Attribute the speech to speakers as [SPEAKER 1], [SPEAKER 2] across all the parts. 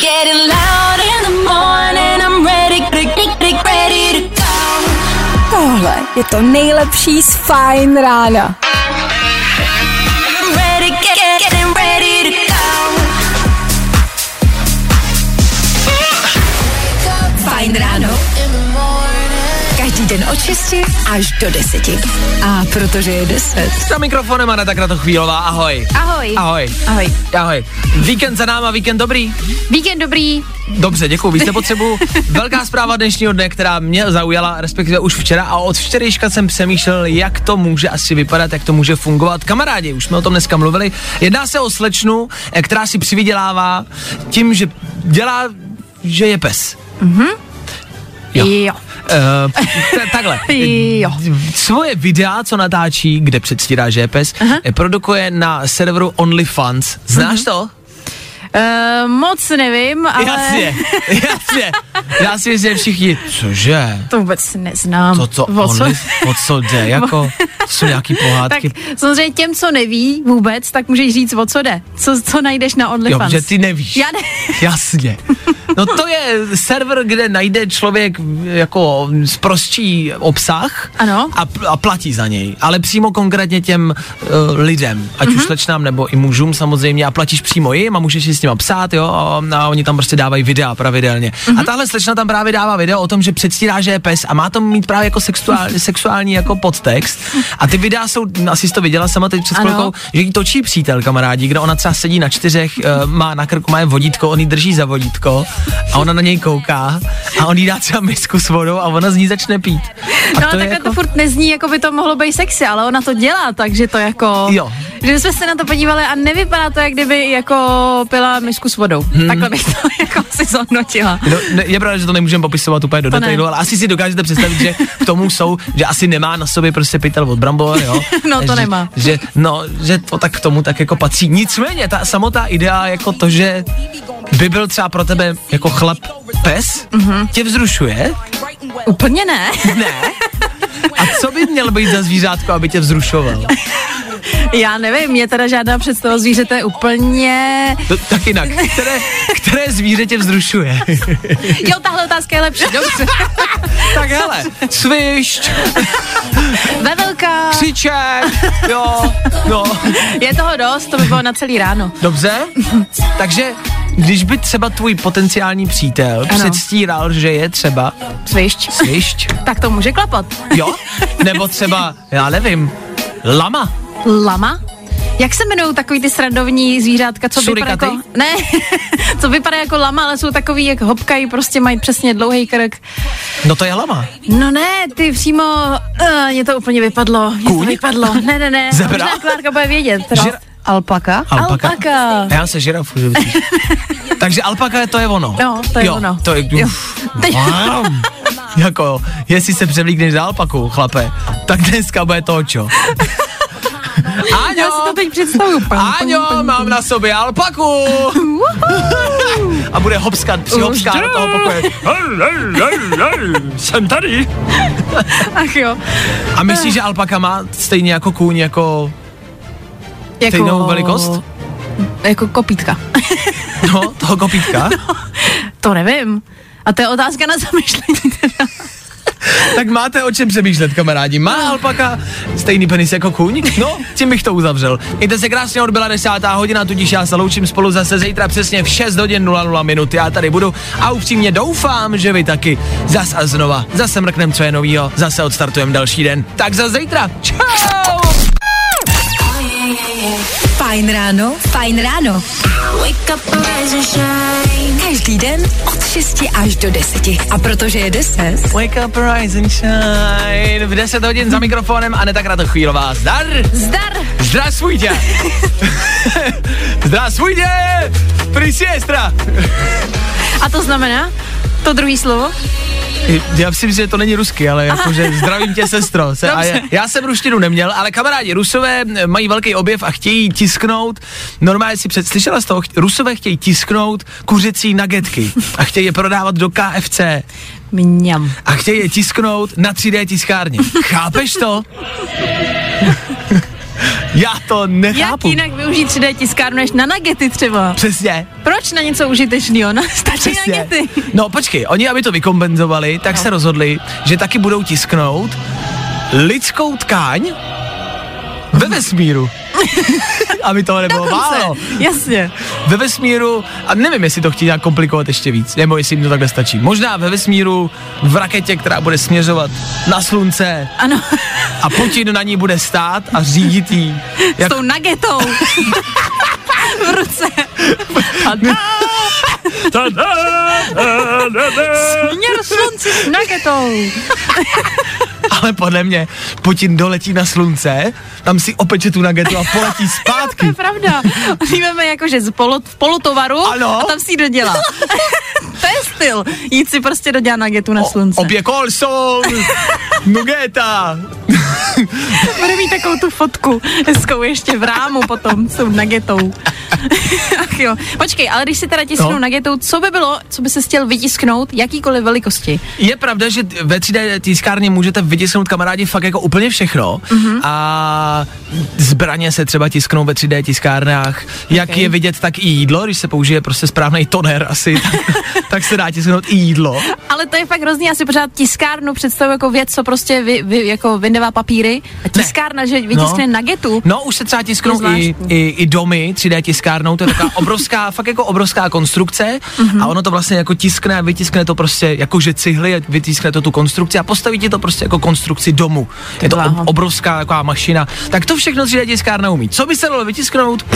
[SPEAKER 1] Getting loud in the morning, I'm ready, ready, ready, ready to go.
[SPEAKER 2] Tohle je to nejlepší z fajn rána.
[SPEAKER 1] I'm ready, get, get, getting ready to go.
[SPEAKER 3] Fajn ráno. Každý den od 6 až do 10. A protože je 10.
[SPEAKER 4] Za mikrofonem Aneta Kratochvílová, ahoj.
[SPEAKER 5] Ahoj.
[SPEAKER 4] Ahoj.
[SPEAKER 5] Ahoj.
[SPEAKER 4] Ahoj. Víkend za náma, víkend dobrý.
[SPEAKER 5] Víkend dobrý.
[SPEAKER 4] Dobře, děkuji, víc nepotřebuju. Velká zpráva dnešního dne, která mě zaujala, respektive už včera a od včerejška jsem přemýšlel, jak to může asi vypadat, jak to může fungovat. Kamarádi, už jsme o tom dneska mluvili. Jedná se o slečnu, eh, která si přivydělává tím, že dělá, že je pes. Jo.
[SPEAKER 5] jo.
[SPEAKER 4] Uh, t- takhle.
[SPEAKER 5] Jo.
[SPEAKER 4] Svoje videa, co natáčí, kde předstírá, že je pes, eh, produkuje na serveru OnlyFans. Znáš to?
[SPEAKER 5] E, moc nevím, Mhm. ale
[SPEAKER 4] Jasně, jasně. Já si myslím, že všichni, cože?
[SPEAKER 5] to vůbec neznám.
[SPEAKER 4] To, co,
[SPEAKER 5] O co?
[SPEAKER 4] only, o co jde, jako, jsou nějaký
[SPEAKER 5] Tak
[SPEAKER 4] pohádky.
[SPEAKER 5] samozřejmě těm, co neví vůbec, tak můžeš říct, o co jde. Co, co najdeš na
[SPEAKER 4] Jo,
[SPEAKER 5] OnlyFans.
[SPEAKER 4] že ty nevíš.
[SPEAKER 5] Já ne.
[SPEAKER 4] Jasně. No to je server, kde najde člověk jako zprostší obsah
[SPEAKER 5] Ano.
[SPEAKER 4] A, pl- a platí za něj. Ale přímo konkrétně těm uh, lidem, ať
[SPEAKER 5] Mhm.
[SPEAKER 4] už slečnám nebo i mužům samozřejmě a platíš přímo jim a můžeš si s nima psát, jo, a, a oni tam prostě dávají videa pravidelně.
[SPEAKER 5] Mhm.
[SPEAKER 4] A tahle slečna tam právě dává video o tom, že předstírá, že je pes a má to mít právě jako sexuální, sexuální jako podtext. A ty videa jsou, asi jsi to viděla sama teď před
[SPEAKER 5] Ano.
[SPEAKER 4] chvilkou, že jí točí přítel, kamarádi, kde ona třeba sedí na čtyřech, eh, má na krku, má je vodítko, on jí drží za vodítko a ona na něj kouká a on jí dá třeba misku s vodou a ona z ní začne pít. A
[SPEAKER 5] No, ale takhle to furt nezní, jako by to mohlo být sexy, ale ona to dělá, takže to jako...
[SPEAKER 4] Jo.
[SPEAKER 5] Že jsme se na to podívali a nevypadá to, jak kdyby jako pila misku s vodou. Hmm. Takhle bych to jako si zhodnotila.
[SPEAKER 4] No, ne, je pravda, že to nemůžeme popisovat úplně do
[SPEAKER 5] To ne.
[SPEAKER 4] detailu, ale asi si dokážete představit, že k tomu jsou, že asi nemá na sobě prostě pytel od brambor, jo.
[SPEAKER 5] No, to
[SPEAKER 4] že,
[SPEAKER 5] nemá.
[SPEAKER 4] Že, no, že to tak k tomu tak jako patří. Nicméně, ta samotná idea jako to, že by byl třeba pro tebe jako chlap pes,
[SPEAKER 5] Mhm.
[SPEAKER 4] mm-hmm. tě vzrušuje?
[SPEAKER 5] Úplně ne.
[SPEAKER 4] Ne. A co by měl být za zvířátko, aby tě vzrušoval?
[SPEAKER 5] Já nevím, mě teda žádná představa zvířete úplně...
[SPEAKER 4] To, No, tak jinak, které, které zvíře tě vzrušuje?
[SPEAKER 5] Jo, tahle otázka je lepší, dobře.
[SPEAKER 4] tak hele, svišť,
[SPEAKER 5] Vevelka,
[SPEAKER 4] křiček, jo, no.
[SPEAKER 5] je toho dost, to by bylo na celý ráno.
[SPEAKER 4] Dobře, takže když by třeba tvůj potenciální přítel ano.
[SPEAKER 5] Ano.
[SPEAKER 4] předstíral, že je třeba
[SPEAKER 5] Svišť.
[SPEAKER 4] svišť,
[SPEAKER 5] Tak to může klapat.
[SPEAKER 4] jo? Nebo třeba, já nevím, lama.
[SPEAKER 5] Lama? Jak se jmenují takový ty srandovní zvířátka, co
[SPEAKER 4] Surikaty?
[SPEAKER 5] vypadá jako... Ne, co vypadá jako lama, ale jsou takový, jak hopkají, prostě mají přesně dlouhý krk.
[SPEAKER 4] No to je lama.
[SPEAKER 5] No ne, ty přímo, uh, mě to úplně vypadlo. Mě to
[SPEAKER 4] Kůň?
[SPEAKER 5] vypadlo. Ne, ne, ne.
[SPEAKER 4] Zebra?
[SPEAKER 5] Možná Klárka bude vědět. Teda.
[SPEAKER 4] Žira-
[SPEAKER 5] Alpaka?
[SPEAKER 4] Alpaka?
[SPEAKER 5] Alpaka.
[SPEAKER 4] A já se žirafu, že vidíš. Takže alpaka to je ono.
[SPEAKER 5] No, to je
[SPEAKER 4] jo,
[SPEAKER 5] ono.
[SPEAKER 4] To je,
[SPEAKER 5] Jo.
[SPEAKER 4] uf,
[SPEAKER 5] Teď-
[SPEAKER 4] mám. Jako, jestli se převlíkneš za alpaku, chlape, tak dneska bude to čo.
[SPEAKER 5] Já si to
[SPEAKER 4] Áňo,
[SPEAKER 5] teď představuju.
[SPEAKER 4] Áňo, mám na sobě alpaku. a bude hopskat, přihopskat do toho pokoje. Jsem tady.
[SPEAKER 5] Ach jo.
[SPEAKER 4] A myslíš, že alpaka má stejně jako kůň, jako
[SPEAKER 5] Jako,
[SPEAKER 4] stejnou velikost?
[SPEAKER 5] Jako kopítka.
[SPEAKER 4] No, toho kopítka?
[SPEAKER 5] To nevím. A to je otázka na zamyšlení. teda.
[SPEAKER 4] Tak máte o čem přemýšlet, kamarádi. Má alpaka stejný penis jako kůň? No, tím bych to uzavřel. Mějte se krásně, odbyla desátá hodina, tudíž já se loučím spolu zase zítra přesně v 6 hodin 00 minut. Já tady budu a upřímně doufám, že vy taky. Zas a znova, zase mrknem, co je novýho, zase odstartujeme další den. Tak za zítra. Čau!
[SPEAKER 3] Fajn ráno. Fajn ráno.
[SPEAKER 1] Wake up, rise and shine.
[SPEAKER 3] Každý den od 6 až do 10. A protože je 10.
[SPEAKER 4] Wake up, rise and shine. V 10 hodin za mikrofonem Aneta Kratochvílová. Zdar!
[SPEAKER 5] Zdar!
[SPEAKER 4] Здравствуйте! Здравствуйте! Присестра!
[SPEAKER 5] A to znamená? To druhý slovo?
[SPEAKER 4] Já myslím, že to není rusky, ale jakože zdravím tě, sestro. Se, a je, já jsem ruštinu neměl, ale kamarádi, rusové eh, mají velký objev a chtějí tisknout, normálně si před, slyšela z toho, Ch- rusové chtějí tisknout kuřecí nagetky a chtějí je prodávat do KFC
[SPEAKER 5] Mňam.
[SPEAKER 4] a chtějí je tisknout na 3D tiskárně. Chápeš to? Já to
[SPEAKER 5] Jak
[SPEAKER 4] nechápu.
[SPEAKER 5] jinak využít 3D tiskárnu než na nagety třeba?
[SPEAKER 4] Přesně.
[SPEAKER 5] Proč na něco užitečného? Na stačí
[SPEAKER 4] Přesně.
[SPEAKER 5] nagety.
[SPEAKER 4] No počkej, oni, aby to vykompenzovali, tak se rozhodli, že taky budou tisknout lidskou tkáň ve vesmíru. aby toho nebylo No, málo.
[SPEAKER 5] Jasně.
[SPEAKER 4] Ve vesmíru, a nevím, jestli to chtějí nějak komplikovat ještě víc, nebo jestli jim to takhle stačí. Možná ve vesmíru v raketě, která bude směřovat na slunce
[SPEAKER 5] Ano,
[SPEAKER 4] a Putin na ní bude stát a řídit jí.
[SPEAKER 5] s
[SPEAKER 4] Jak
[SPEAKER 5] tou nagetou. v ruce. A Měr slunci s nagetou.
[SPEAKER 4] Ale podle mě Putin doletí na slunce, tam si opeče tu nagetu a poletí
[SPEAKER 5] To je
[SPEAKER 4] zpátky.
[SPEAKER 5] pravda. My máme jakože z polot, v polotovaru
[SPEAKER 4] Ano.
[SPEAKER 5] a tam si ji dodělá. to je styl. Jít si prostě dodělat nagetu na slunce.
[SPEAKER 4] Obě kol jsou nugeta.
[SPEAKER 5] Bude mít takovou tu fotku hezkou ještě v rámu potom s tou nagetou. Ach jo. Počkej, ale když si teda tisknou
[SPEAKER 4] No.
[SPEAKER 5] no. nagetou, co by bylo, co by se chtěl vytisknout, jakýkoliv velikosti?
[SPEAKER 4] Je pravda, že ve 3D tiskárně můžete vytisknout kamarádi fakt jako úplně všechno mm-hmm. a zbraně se třeba tisknou ve 3D tiskárnách. Jak
[SPEAKER 5] Okej.
[SPEAKER 4] je vidět, tak i jídlo, když se použije prostě správný toner asi, tak, tak se dá tisknout i jídlo.
[SPEAKER 5] Ale to je fakt hrozný, já si pořád tiskárnu představuji jako věc, co prostě vy, vy, jako vyndevá papíry. A tiskárna, že vytiskne
[SPEAKER 4] No.
[SPEAKER 5] no. nagetu.
[SPEAKER 4] No, už se třeba tisknou
[SPEAKER 5] To je
[SPEAKER 4] i,
[SPEAKER 5] zvláštní.
[SPEAKER 4] i, i domy 3D tiskárnou, to je taková obrovská, fakt jako obrovská konstrukce
[SPEAKER 5] Mhm.
[SPEAKER 4] mm-hmm. a ono to vlastně jako tiskne a vytiskne to prostě jako že cihly, a vytiskne to tu konstrukci a postaví ti to prostě jako konstrukci domu. je to
[SPEAKER 5] bláho.
[SPEAKER 4] ob, obrovská taková mašina. Tak to všechno 3D tiskárna umí. Co by se dalo vytisknout?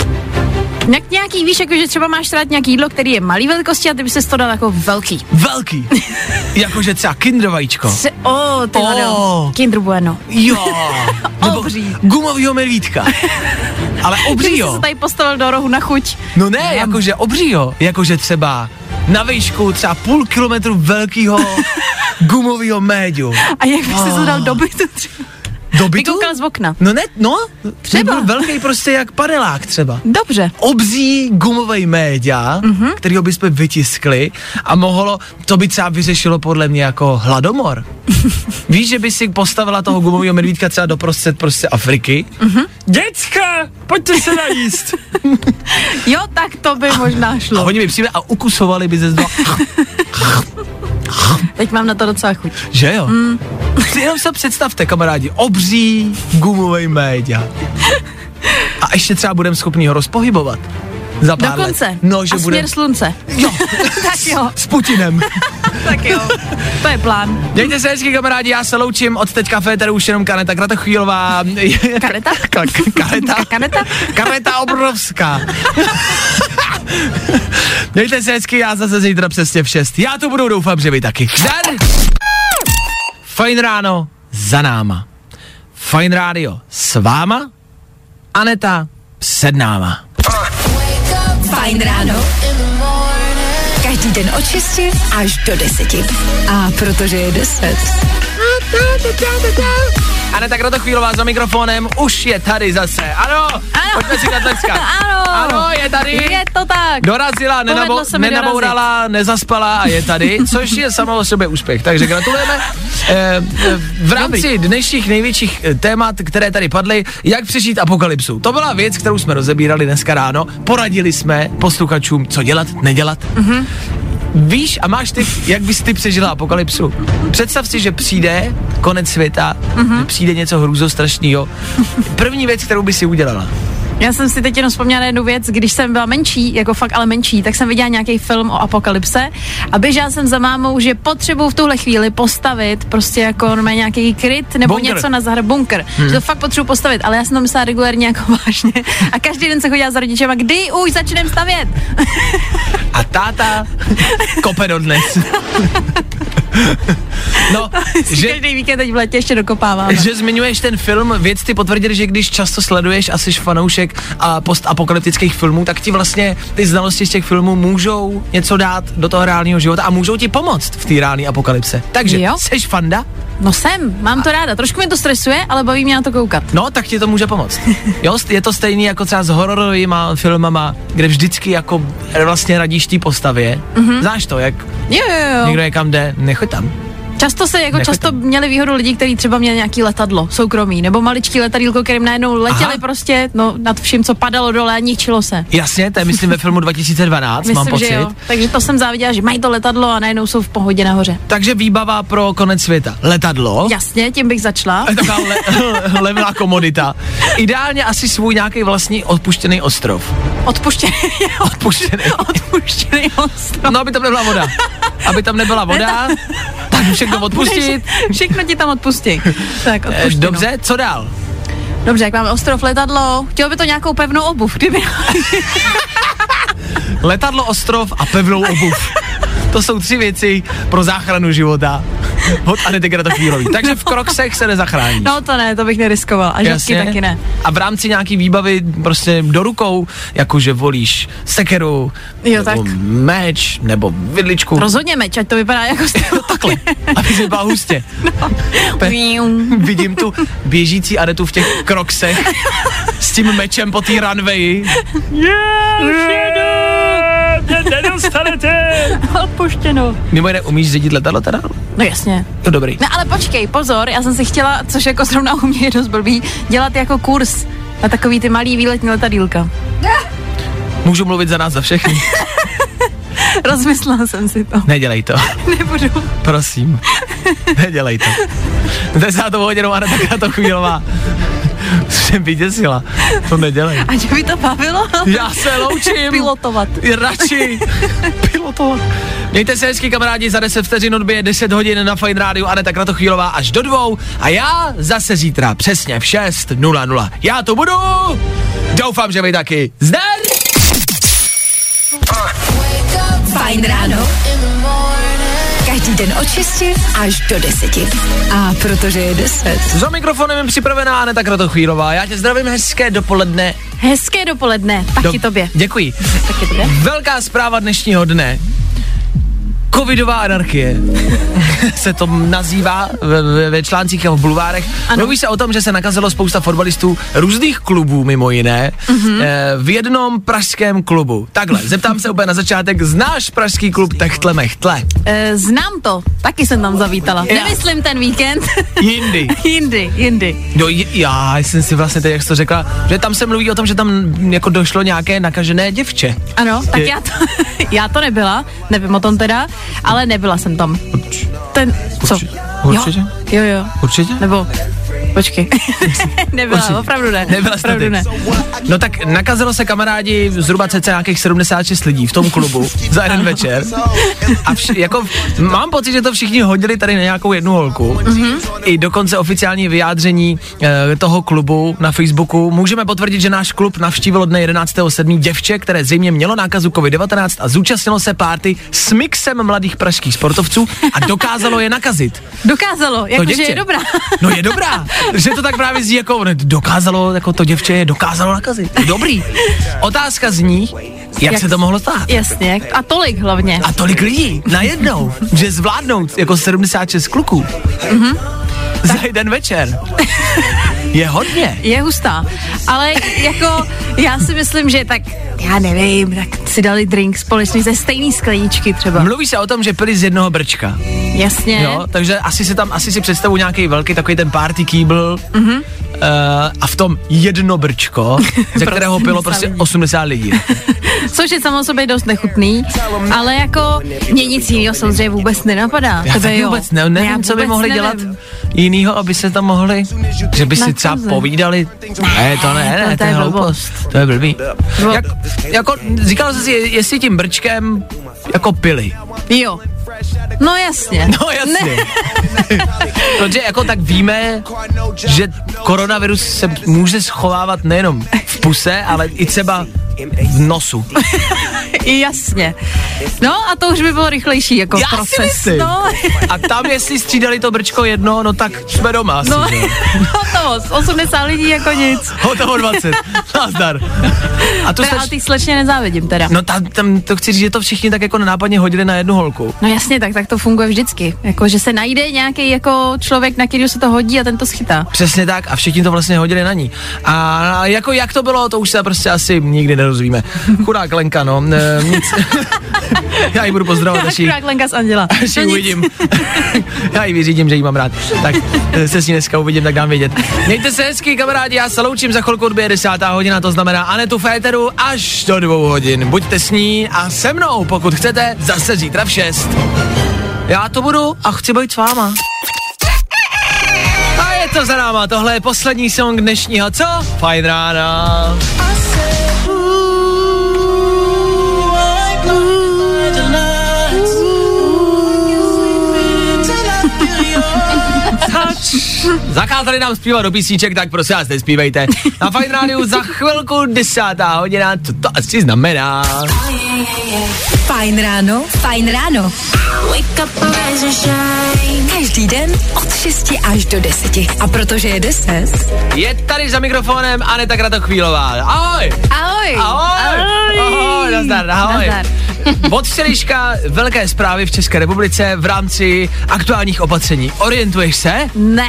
[SPEAKER 5] Jak nějaký, víš, jako, že třeba máš rád nějaký jídlo, který je malý velikosti a ty by se to dal jako velký.
[SPEAKER 4] Velký. Jakože třeba kinder vajíčko.
[SPEAKER 5] Se, o, ty
[SPEAKER 4] O.
[SPEAKER 5] oh. Kinder Bueno.
[SPEAKER 4] Jo. Nebo
[SPEAKER 5] Obří.
[SPEAKER 4] gumovýho medvídka. Ale
[SPEAKER 5] Že jsi
[SPEAKER 4] obřího.
[SPEAKER 5] se tady postavil do rohu na chuť.
[SPEAKER 4] No ne, jakože obřího, jakože třeba na výšku třeba půl kilometru velkého gumového méďu.
[SPEAKER 5] A jak by si to dal do bytu třeba?
[SPEAKER 4] Do bytu?
[SPEAKER 5] Vykoukal z okna.
[SPEAKER 4] No ne, no, třeba.
[SPEAKER 5] Třeba.
[SPEAKER 4] Byl velký prostě jak panelák třeba.
[SPEAKER 5] Dobře.
[SPEAKER 4] Obzí gumový média, mm-hmm. který bychom vytiskli a mohlo, to by třeba vyřešilo podle mě jako hladomor. Víš, že by si postavila toho gumového medvídka třeba doprostřed prostě Afriky? Mm-hmm. Děcka, pojďte se najíst.
[SPEAKER 5] Jo, tak to
[SPEAKER 4] Ah,
[SPEAKER 5] by možná
[SPEAKER 4] A
[SPEAKER 5] šlo.
[SPEAKER 4] oni by přijde a ukusovali by ze zdola.
[SPEAKER 5] Teď mám na to docela chuť.
[SPEAKER 4] Že jo? Mm. Jenom se představte, kamarádi, obří gumový média. A ještě třeba budeme schopni ho rozpohybovat. Za pár
[SPEAKER 5] Dokonce.
[SPEAKER 4] Let. No, že
[SPEAKER 5] a
[SPEAKER 4] bude
[SPEAKER 5] směr slunce.
[SPEAKER 4] Jo.
[SPEAKER 5] Tak jo.
[SPEAKER 4] s Putinem.
[SPEAKER 5] Tak jo. To je plán.
[SPEAKER 4] Mějte se hezky, kamarádi, já se loučím od teďka Féteru už jenom Kaneta Kratochvílová.
[SPEAKER 5] Kareta?
[SPEAKER 4] Ka- ka- Kareta.
[SPEAKER 5] Kareta?
[SPEAKER 4] Kareta obrovská. Mějte se hezky, já zase zítra přesně v 6. Já to budu, doufám, že vy taky. Dar! Fajn ráno za náma. Fajn rádio s váma. Aneta před náma.
[SPEAKER 3] Fajn ráno. Každý den od 6 až do 10. A protože je 10.
[SPEAKER 4] Aneta Kratochvílová za mikrofonem, už je tady zase. Ano, ano. pojďme si zatleskat.
[SPEAKER 5] Ano.
[SPEAKER 4] Ano, je tady.
[SPEAKER 5] Je to tak.
[SPEAKER 4] Dorazila,
[SPEAKER 5] Povedlo
[SPEAKER 4] nenabo-
[SPEAKER 5] se mi
[SPEAKER 4] nenabourala, nezaspala a je tady, což je samo o sobě úspěch. Takže gratulujeme. Eh, eh, V rámci dnešních největších eh, témat, které tady padly, jak přežít apokalypsu. To byla věc, kterou jsme rozebírali dneska ráno. Poradili jsme posluchačům, co dělat, nedělat.
[SPEAKER 5] Mhm.
[SPEAKER 4] Víš a máš ty, jak bys ty přežila apokalypsu? Představ si, že přijde konec světa,
[SPEAKER 5] Mhm.
[SPEAKER 4] že přijde něco hrůzostrašného. První věc, kterou by si udělala.
[SPEAKER 5] Já jsem si teď jenom vzpomněla na jednu věc, když jsem byla menší, jako fakt ale menší, tak jsem viděla nějaký film o apokalypse a běžela jsem za mámou, že potřebuju v tuhle chvíli postavit prostě jako normálně nějaký kryt nebo
[SPEAKER 4] Bunkr.
[SPEAKER 5] něco na zahr bunker. Hmm. Že to fakt potřebuju postavit, ale já jsem to myslela regulérně jako vážně. A každý den se chodila za rodičema, kdy už začneme stavět.
[SPEAKER 4] A táta kope dodnes. No,
[SPEAKER 5] Že...
[SPEAKER 4] že,
[SPEAKER 5] Každý víkend teď v letě ještě dokopáváme.
[SPEAKER 4] že zmiňuješ ten film, vědci potvrdili, že když často sleduješ a jsi fanoušek a postapokalyptických filmů, tak ti vlastně ty znalosti z těch filmů můžou něco dát do toho reálného života a můžou ti pomoct v té reálné apokalypse. Takže
[SPEAKER 5] Jo.
[SPEAKER 4] jsi fanda?
[SPEAKER 5] No jsem, mám to ráda. Trošku mě to stresuje, ale baví mě na to koukat.
[SPEAKER 4] No, tak ti to může pomoct. Jo, st- je to stejný jako třeba s hororovýma filmama, kde vždycky jako vlastně radíš té postavě. Mm-hmm. Znáš to, jak
[SPEAKER 5] Jo, jo, jo.
[SPEAKER 4] někdo někam jde, nechoď tam.
[SPEAKER 5] Často se, jako
[SPEAKER 4] Jako
[SPEAKER 5] často měli výhodu lidi, kteří třeba měli nějaký letadlo soukromý, nebo maličký letadílko, kterým najednou letěli
[SPEAKER 4] Aha.
[SPEAKER 5] prostě, no nad vším, co padalo dole a ničilo se.
[SPEAKER 4] Jasně, to je myslím ve filmu 2012, mám pocit.
[SPEAKER 5] že jo. Takže to jsem záviděla, že mají to letadlo a najednou jsou v pohodě nahoře.
[SPEAKER 4] Takže výbava pro konec světa. Letadlo.
[SPEAKER 5] Jasně, tím bych začala.
[SPEAKER 4] Je Taková le, levná komodita. Ideálně asi svůj nějaký vlastní odpuštěný ostrov.
[SPEAKER 5] Odpuštěný,
[SPEAKER 4] Odpuštěný.
[SPEAKER 5] odpuštěný ostrov.
[SPEAKER 4] No, aby tam nebyla voda. Aby tam nebyla voda, tak všechno odpustit.
[SPEAKER 5] Všechno ti tam odpustí. Tak,
[SPEAKER 4] Eh,
[SPEAKER 5] odpuštěno.
[SPEAKER 4] Dobře, co dál?
[SPEAKER 5] Dobře, jak máme ostrov, letadlo, chtělo by to nějakou pevnou obuv, kdyby...
[SPEAKER 4] Letadlo, ostrov a pevnou obuv. To jsou tři věci pro záchranu života. Od Anety Kratochvílový. Takže v kroksech se nezachrání.
[SPEAKER 5] No to ne, to bych neriskovala. A žabky taky ne.
[SPEAKER 4] A v rámci nějaký výbavy prostě do rukou, jakože volíš sekeru,
[SPEAKER 5] Jo,
[SPEAKER 4] nebo
[SPEAKER 5] tak.
[SPEAKER 4] meč, nebo vidličku.
[SPEAKER 5] Rozhodně meč, ať to vypadá jako styl.
[SPEAKER 4] Takhle, aby se byla hustě. Pe- Vidím tu běžící Aretu v těch kroksech s tím mečem po té runwayi.
[SPEAKER 5] Odpuštěno.
[SPEAKER 4] Mimo jiné, umíš řídit letadlo teda?
[SPEAKER 5] No jasně.
[SPEAKER 4] No dobrý.
[SPEAKER 5] No ale počkej, pozor, já jsem si chtěla, což jako zrovna u mě je dost blbý, dělat jako kurz na takový ty malý výletní letadílka.
[SPEAKER 4] Můžu mluvit za nás za všechny.
[SPEAKER 5] Rozmyslela jsem si to.
[SPEAKER 4] Nedělej to.
[SPEAKER 5] Nebudu.
[SPEAKER 4] Prosím. Nedělej to. Desátou hodinou Aneta Kratochvílová. Jsem vyděsila. To nedělej.
[SPEAKER 5] A tě by to bavilo?
[SPEAKER 4] Já se loučím.
[SPEAKER 5] Pilotovat.
[SPEAKER 4] Radši. Pilotovat. Mějte se hezky, kamarádi, za 10 vteřin odbije 10 hodin na Fine Rádiu, Aneta Kratochvílová až do dvou a já zase zítra přesně v 6.00. Já tu budu, doufám, že vy taky. Zdar!
[SPEAKER 3] Fajn ráno. Každý den od 6 až do 10. A protože je 10.
[SPEAKER 4] Za mikrofonem je připravená Aneta Kratochvílová. Já tě zdravím, hezké dopoledne.
[SPEAKER 5] Hezké dopoledne, taky
[SPEAKER 4] Do-
[SPEAKER 5] tobě.
[SPEAKER 4] Děkuji.
[SPEAKER 5] Taky tobě.
[SPEAKER 4] Velká zpráva dnešního dne. Covidová anarchie se to nazývá ve, ve, ve článcích a v bulvárech. Ano. Mluví se o tom, že se nakazilo spousta fotbalistů různých klubů, mimo jiné, mm-hmm. v jednom pražském klubu. Takhle, zeptám se úplně na začátek, znáš pražský klub Techtle Mechtle?
[SPEAKER 5] E, znám to, taky jsem tam zavítala.
[SPEAKER 4] Já.
[SPEAKER 5] Nemyslím ten víkend.
[SPEAKER 4] Jindy.
[SPEAKER 5] jindy, jindy.
[SPEAKER 4] No, j- já jsem si vlastně teď, jak jsi to řekla, že tam se mluví o tom, že tam mm, jako došlo nějaké nakažené děvče.
[SPEAKER 5] Ano, tak
[SPEAKER 4] Je-
[SPEAKER 5] já to, já to nebyla, nevím o tom teda, ale nebyla jsem tam. Ten, co?
[SPEAKER 4] Určitě. Určitě?
[SPEAKER 5] Jo, jo, jo.
[SPEAKER 4] Určitě?
[SPEAKER 5] Nebo, počkej. nebyla,
[SPEAKER 4] Určitě.
[SPEAKER 5] opravdu ne.
[SPEAKER 4] Nebyla jste
[SPEAKER 5] opravdu
[SPEAKER 4] ty.
[SPEAKER 5] ne.
[SPEAKER 4] No tak nakazilo se kamarádi zhruba cca nějakých 76 lidí v tom klubu za jeden večer. A vš- jako, mám pocit, že to všichni hodili tady na nějakou jednu holku.
[SPEAKER 5] Mhm.
[SPEAKER 4] Mm-hmm. I dokonce oficiální vyjádření e, toho klubu na Facebooku. Můžeme potvrdit, že náš klub navštívilo dne 11.7. děvče, které zřejmě mělo nákazu COVID-19 a zúčastnilo se párty s mixem mladých pražských sportovců a dokázalo je nakazit.
[SPEAKER 5] Dokázalo,
[SPEAKER 4] To
[SPEAKER 5] jakože
[SPEAKER 4] děvče.
[SPEAKER 5] Jako je dobrá.
[SPEAKER 4] No je dobrá, že to tak právě zní jako, ne, dokázalo, jako to děvče je dokázalo nakazit. Dobrý. Otázka zní, jak, jak
[SPEAKER 5] Jak
[SPEAKER 4] se to
[SPEAKER 5] s-
[SPEAKER 4] mohlo stát?
[SPEAKER 5] Jasně, a tolik hlavně.
[SPEAKER 4] A tolik lidí najednou, že zvládnout jako 76 kluků mm-hmm.
[SPEAKER 5] Mhm.
[SPEAKER 4] za jeden večer je hodně.
[SPEAKER 5] Je hustá, ale jako já si myslím, že tak, já nevím, tak si dali drink společně ze stejné skleničky třeba.
[SPEAKER 4] Mluví se o tom, že pili z jednoho brčka.
[SPEAKER 5] Jasně.
[SPEAKER 4] Jo, takže asi si tam, asi si představu nějaký velký takový ten party kýbl
[SPEAKER 5] Mhm.
[SPEAKER 4] mm-hmm. uh, a v tom jedno brčko, ze kterého pilo prostě 80 lidí.
[SPEAKER 5] Což je samo o sobě dost nechutný, ale jako mě nic jiného samozřejmě vůbec nenapadá.
[SPEAKER 4] Já
[SPEAKER 5] Tebe
[SPEAKER 4] taky
[SPEAKER 5] jo.
[SPEAKER 4] vůbec ne,
[SPEAKER 5] Ne,
[SPEAKER 4] nevím,
[SPEAKER 5] já
[SPEAKER 4] co by
[SPEAKER 5] vůbec
[SPEAKER 4] mohli
[SPEAKER 5] nevím.
[SPEAKER 4] dělat jinýho, aby se tam mohli, že by si
[SPEAKER 5] Na
[SPEAKER 4] třeba
[SPEAKER 5] koze.
[SPEAKER 4] povídali. Ne, to ne, ne, to, je hloupost. To je blbý. Jak, jako, říkal jsi, si, je- jestli tím brčkem jako pili.
[SPEAKER 5] Jo. No jasně.
[SPEAKER 4] No jasně. Protože jako tak víme, že koronavirus se může schovávat nejenom v puse, ale i třeba v nosu.
[SPEAKER 5] I jasně. No a to už by bylo rychlejší jako
[SPEAKER 4] Já si
[SPEAKER 5] proces.
[SPEAKER 4] myslím.
[SPEAKER 5] No,
[SPEAKER 4] A tam, jestli střídali to brčko jedno, no tak jsme doma asi,
[SPEAKER 5] no,
[SPEAKER 4] že?
[SPEAKER 5] no to 80 lidí jako nic.
[SPEAKER 4] Hotovo 20. Nazdar. A to
[SPEAKER 5] Teda,
[SPEAKER 4] stačí-
[SPEAKER 5] ale ty slečně nezávidím teda.
[SPEAKER 4] No tam, tam to chci říct, že to všichni tak jako nenápadně hodili na jednu holku.
[SPEAKER 5] No jasně, tak, tak to funguje vždycky. Jako, že se najde nějaký jako člověk, na který se to hodí a ten to schytá.
[SPEAKER 4] Přesně tak a všichni to vlastně hodili na ní. A jako jak to bylo, to už se prostě asi nikdy nerozvíme. Chudák Lenka, no, e, nic. Já ji budu pozdravovat, až ji,
[SPEAKER 5] Akorát Lenka z Anděla.
[SPEAKER 4] až ji
[SPEAKER 5] No nic.
[SPEAKER 4] uvidím. Já ji vyřídím, že ji mám rád. Tak eh, se s ní dneska uvidím, tak dám vědět. Mějte se hezky, kamarádi, já se loučím, za chvilku odbije 10. hodina, to znamená Anetu Féteru až do dvou hodin. Buďte s ní a se mnou, pokud chcete, zase zítra v 6. Já to budu a chci být s váma. A je to za náma, tohle je poslední song dnešního, co? Fajn rána. Zakázali nám zpívat do písniček, tak prosím vás nespívejte. Na Fajn rádiu za chvilku desátá hodina, co to asi znamená?
[SPEAKER 3] Fajn ráno, fajn ráno.
[SPEAKER 1] Wake up, rise and shine.
[SPEAKER 3] Každý den od 6 až do 10. A protože je 10,
[SPEAKER 4] Je tady za mikrofonem Aneta Kratochvílová. Ahoj!
[SPEAKER 5] Ahoj.
[SPEAKER 4] Ahoj! Ahoj, nazdar, ahoj.
[SPEAKER 5] Nazdar.
[SPEAKER 4] Od včerejška velké zprávy v České republice v rámci aktuálních opatření. Orientuješ se?
[SPEAKER 5] Ne.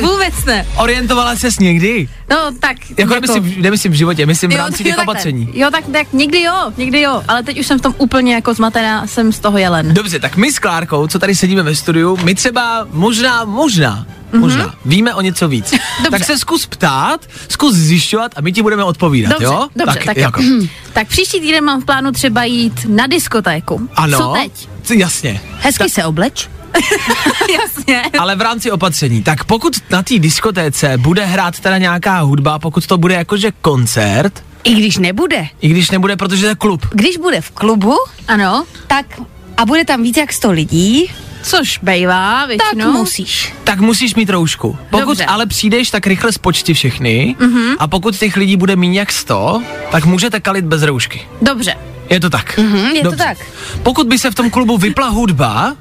[SPEAKER 5] Vůbec ne.
[SPEAKER 4] Orientovala ses někdy?
[SPEAKER 5] No tak.
[SPEAKER 4] Jako, nemyslím, nemyslím v životě, myslím v rámci těch
[SPEAKER 5] takhle.
[SPEAKER 4] opatření.
[SPEAKER 5] Jo, tak, tak někdy jo, někdy jo, ale teď už jsem v tom úplně jako zmatená, jsem z toho jelen.
[SPEAKER 4] Dobře, tak my s Klárkou, co tady sedíme ve studiu, my třeba možná, možná,
[SPEAKER 5] Mhm.
[SPEAKER 4] možná, víme o něco víc. tak se zkus ptát, zkus zjišťovat a my ti budeme odpovídat,
[SPEAKER 5] Dobře,
[SPEAKER 4] jo?
[SPEAKER 5] dobře, tak, Mhm. tak,
[SPEAKER 4] jako.
[SPEAKER 5] tak příští týden mám v plánu třeba jít na diskotéku.
[SPEAKER 4] Ano,
[SPEAKER 5] Co teď?
[SPEAKER 4] C- jasně,
[SPEAKER 6] Hezky se obleč.
[SPEAKER 5] Jasně.
[SPEAKER 4] ale v rámci opatření. Tak pokud na té diskotéce bude hrát teda nějaká hudba, pokud to bude jakože koncert,
[SPEAKER 6] I když nebude.
[SPEAKER 4] i když nebude, protože to je klub.
[SPEAKER 6] Když bude v klubu,
[SPEAKER 5] Ano,
[SPEAKER 6] tak a bude tam víc jak 100 lidí,
[SPEAKER 5] což bejvá
[SPEAKER 6] tak no.
[SPEAKER 5] většinou.
[SPEAKER 6] musíš.
[SPEAKER 4] Tak musíš mít roušku. Pokud
[SPEAKER 5] Dobře.
[SPEAKER 4] ale přijdeš, tak rychle spočti všechny mm-hmm. a pokud těch lidí bude méně jak 100, tak můžete kalit bez roušky.
[SPEAKER 5] Dobře,
[SPEAKER 4] Je to tak.
[SPEAKER 6] Mhm, je to tak.
[SPEAKER 4] Pokud by se v tom klubu vypla hudba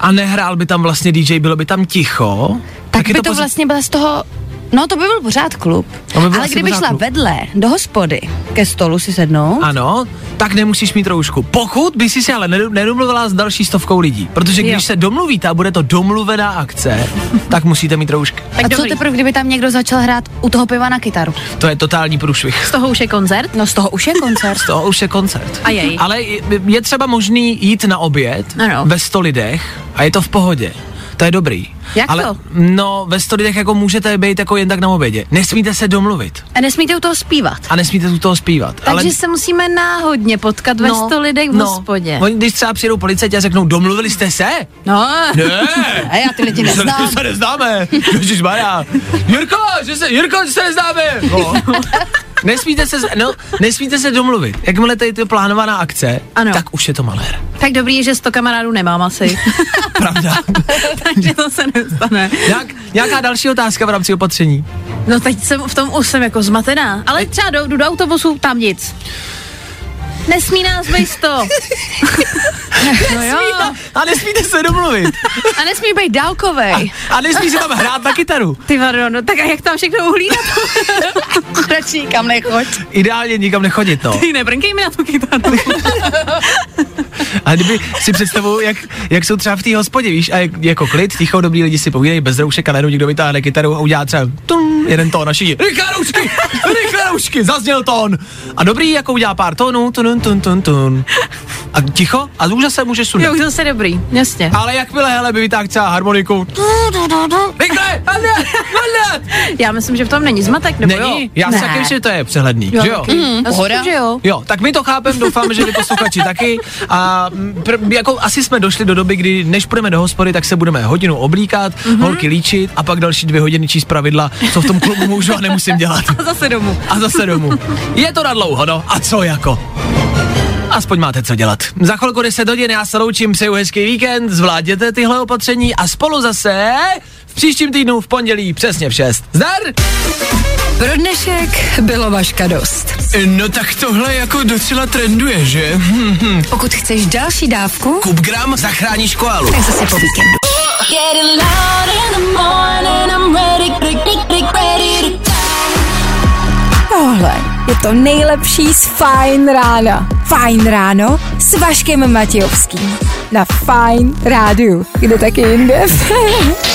[SPEAKER 4] a nehrál by tam vlastně DJ, bylo by tam ticho, tak,
[SPEAKER 6] Tak,
[SPEAKER 4] je
[SPEAKER 6] by
[SPEAKER 4] to,
[SPEAKER 6] to,
[SPEAKER 4] pozit-
[SPEAKER 6] vlastně byla z toho, no to by byl pořád klub.
[SPEAKER 4] To by byl
[SPEAKER 6] Ale
[SPEAKER 4] asi
[SPEAKER 6] kdyby
[SPEAKER 4] pořád
[SPEAKER 6] šla
[SPEAKER 4] klub.
[SPEAKER 6] vedle do hospody ke stolu si sednout,
[SPEAKER 4] Ano, tak nemusíš mít roušku. Pokud by si se ale nedo- nedomluvila s další stovkou lidí, protože když jo.
[SPEAKER 6] Jo.
[SPEAKER 4] se domluvíte a bude to domluvená akce, tak musíte mít roušky.
[SPEAKER 6] a co teprve, kdyby tam někdo začal hrát u toho piva na kytaru?
[SPEAKER 4] To je totální průšvih.
[SPEAKER 5] z toho už je koncert.
[SPEAKER 6] No z toho už je koncert.
[SPEAKER 4] Z toho už je koncert.
[SPEAKER 5] A jej.
[SPEAKER 4] Ale je- je třeba možný jít na oběd
[SPEAKER 5] Ano.
[SPEAKER 4] ve 100 lidech a je to v pohodě. To je dobrý.
[SPEAKER 5] Jak
[SPEAKER 4] Ale,
[SPEAKER 5] to?
[SPEAKER 4] No, ve 100 lidech jako můžete být jako jen tak na obědě. Nesmíte se domluvit
[SPEAKER 5] A nesmíte u toho zpívat.
[SPEAKER 4] a nesmíte tu toho zpívat.
[SPEAKER 5] Takže ale... se musíme náhodně potkat ve
[SPEAKER 4] No,
[SPEAKER 5] sto lidech v hospodě.
[SPEAKER 4] Oni, když třeba přijdou policajti a řeknou, domluvili jste se?
[SPEAKER 5] No,
[SPEAKER 4] Ne.
[SPEAKER 6] A já ty lidi
[SPEAKER 4] My se,
[SPEAKER 6] neznám.
[SPEAKER 4] my se neznáme. Ježišmarja. Jirko, že se, Jirko, že se neznáme. No. Nesmíte se, z- no, nesmíte se domluvit. Jakmile tady je plánovaná akce,
[SPEAKER 5] Ano.
[SPEAKER 4] tak už je to malér.
[SPEAKER 5] tak dobrý, že sto kamarádů nemám asi.
[SPEAKER 4] Pravda.
[SPEAKER 5] Takže to se nestane.
[SPEAKER 4] Nějak, nějaká další otázka v rámci opatření.
[SPEAKER 5] No teď jsem v tom už jsem jako zmatená. Ale třeba do, jdu do autobusu, tam nic. Nesmí nás být sto. no jo.
[SPEAKER 4] A nesmíte se domluvit.
[SPEAKER 5] A nesmí být dálkovej.
[SPEAKER 4] A nesmí se tam hrát na kytaru.
[SPEAKER 5] Ty vado, no tak a jak tam všechno uhlídat?
[SPEAKER 6] Radši nikam nechoď.
[SPEAKER 4] Ideálně nikam nechodit, no.
[SPEAKER 5] Ty nebrnkej mi na tu kytaru.
[SPEAKER 4] A kdyby si představuju, jak, jak jsou třeba v té hospodě, víš, a jak, jako klid, ticho, dobrý lidi si povídají bez roušek a najednou někdo vytáhne kytaru a udělá třeba tum, jeden tón a všichni, rychle roušky, rychle roušky, zazněl tón. A dobrý, jako udělá pár tónů, tun, tun, tun, tun. A ticho, a už zase můžeš sundat.
[SPEAKER 5] Jo, už zase dobrý, jasně.
[SPEAKER 4] Ale jakmile hele by vytáhl třeba harmoniku, rychle, Anna, Anna.
[SPEAKER 5] Já myslím, že v tom není zmatek, nebo jo?
[SPEAKER 4] Není, já si
[SPEAKER 5] ne.
[SPEAKER 4] taky myslím, že to je přehledný,
[SPEAKER 5] Jo,
[SPEAKER 4] že jo? Mhm.
[SPEAKER 5] taky. Já si myslím, že jo.
[SPEAKER 4] Jo, tak my to chápeme, doufám, že vy posluchači taky. A mm, pr- jako asi jsme došli do doby, kdy než půjdeme do hospody, tak se budeme hodinu oblíkat, mm-hmm. holky líčit a pak další dvě hodiny číst pravidla, co v tom klubu můžu a nemusím dělat.
[SPEAKER 5] A zase domů.
[SPEAKER 4] A zase domů. Je to na dlouho, no. A co jako? Aspoň máte co dělat. Za chvilku 10 hodin já se loučím, přeju hezký víkend, zvládněte tyhle opatření a spolu zase v příštím týdnu v pondělí přesně v 6. Zdar!
[SPEAKER 3] Pro dnešek bylo vaška dost.
[SPEAKER 4] No tak tohle jako docela trenduje, že? Hm?
[SPEAKER 3] Pokud chceš další dávku,
[SPEAKER 4] Kup gram, zachráníš koalu.
[SPEAKER 3] tak zase po víkendu.
[SPEAKER 1] Getting loud in the morning. I'm ready, ready, ready, ready to
[SPEAKER 2] Tohle je to nejlepší z Fajn rána. Fajn ráno s Vaškem Matějovským. Na Fajn rádiu. Kde taky jinde?